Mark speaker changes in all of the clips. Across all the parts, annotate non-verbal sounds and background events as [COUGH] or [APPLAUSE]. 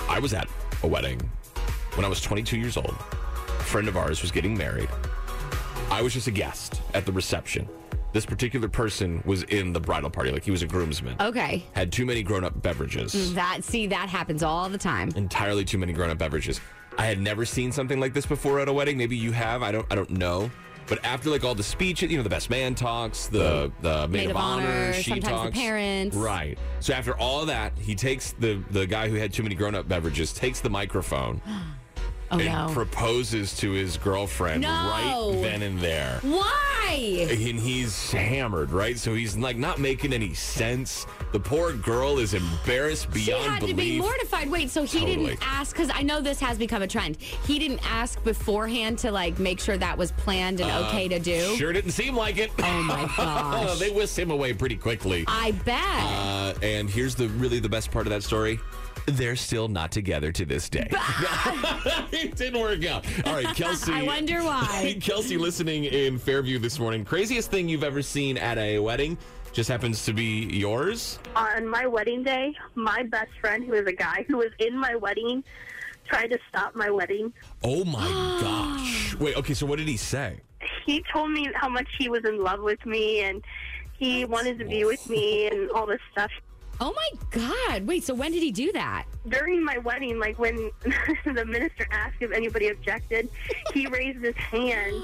Speaker 1: I was at a wedding when I was 22 years old. A friend of ours was getting married. I was just a guest at the reception. This particular person was in the bridal party, like he was a groomsman.
Speaker 2: Okay.
Speaker 1: Had too many grown up beverages.
Speaker 2: That see that happens all the time.
Speaker 1: entirely too many grown-up beverages. I had never seen something like this before at a wedding. Maybe you have. I don't. I don't know. But after like all the speech, you know, the best man talks, the the maid, of
Speaker 2: Maid of
Speaker 1: honor,
Speaker 2: honor,
Speaker 1: she
Speaker 2: sometimes the
Speaker 1: talks,
Speaker 2: parents.
Speaker 1: Right. So after all that, he takes the the guy who had too many grown-up beverages takes the microphone
Speaker 2: Oh
Speaker 1: and
Speaker 2: no.
Speaker 1: proposes to his girlfriend
Speaker 2: No.
Speaker 1: right then and there
Speaker 2: Why?
Speaker 1: and he's hammered, right? So he's like not making any sense. The poor girl is embarrassed beyond
Speaker 2: She had
Speaker 1: belief.
Speaker 2: to be mortified. Wait, so he
Speaker 1: Totally.
Speaker 2: didn't ask because I know this has become a trend. He didn't ask beforehand to like make sure that was planned and okay to do.
Speaker 1: Uh, Sure didn't seem like it.
Speaker 2: Oh
Speaker 1: [LAUGHS]
Speaker 2: my
Speaker 1: Oh,
Speaker 2: gosh. Ah.
Speaker 1: they whisked him away pretty quickly.
Speaker 2: I bet.
Speaker 1: Uh, and here's the really the best part of that story. They're still not together to this day. [LAUGHS] it didn't work out. All right, Kelsey.
Speaker 2: [LAUGHS] I wonder why.
Speaker 1: [LAUGHS] Kelsey listening in Fairview this morning. Craziest thing you've ever seen at a wedding just happens to be yours.
Speaker 3: on my wedding day, my best friend, who is a guy who was in my wedding, tried to stop my wedding.
Speaker 1: Oh my [GASPS] gosh. Wait, okay, so what did he say?
Speaker 3: He told me how much he was in love with me and he wanted to be with me and all this stuff.
Speaker 2: oh my god. Wait, so when did he do that?
Speaker 3: During my wedding, like when [LAUGHS] the minister asked if anybody objected,
Speaker 2: [LAUGHS]
Speaker 3: he raised his hand,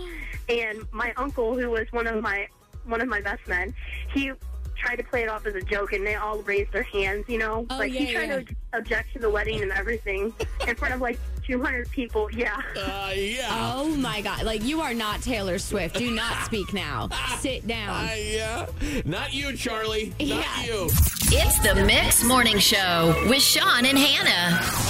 Speaker 3: and my uncle, who was one of my one of my best men, he tried to play it off as a joke, and they all raised their hands. You know,
Speaker 2: Oh,
Speaker 3: like
Speaker 2: yeah,
Speaker 3: he tried
Speaker 2: yeah.
Speaker 3: to object to the wedding and everything in front of like 200 people. Yeah.
Speaker 1: Uh, yeah.
Speaker 2: Oh my god. Like you are not Taylor Swift.
Speaker 1: [LAUGHS]
Speaker 2: Do not speak now. Sit down.
Speaker 1: Uh, yeah. Not you, Charlie. Not
Speaker 2: Yeah.
Speaker 1: you.
Speaker 4: It's the Mix Morning Show with Sean and Hannah.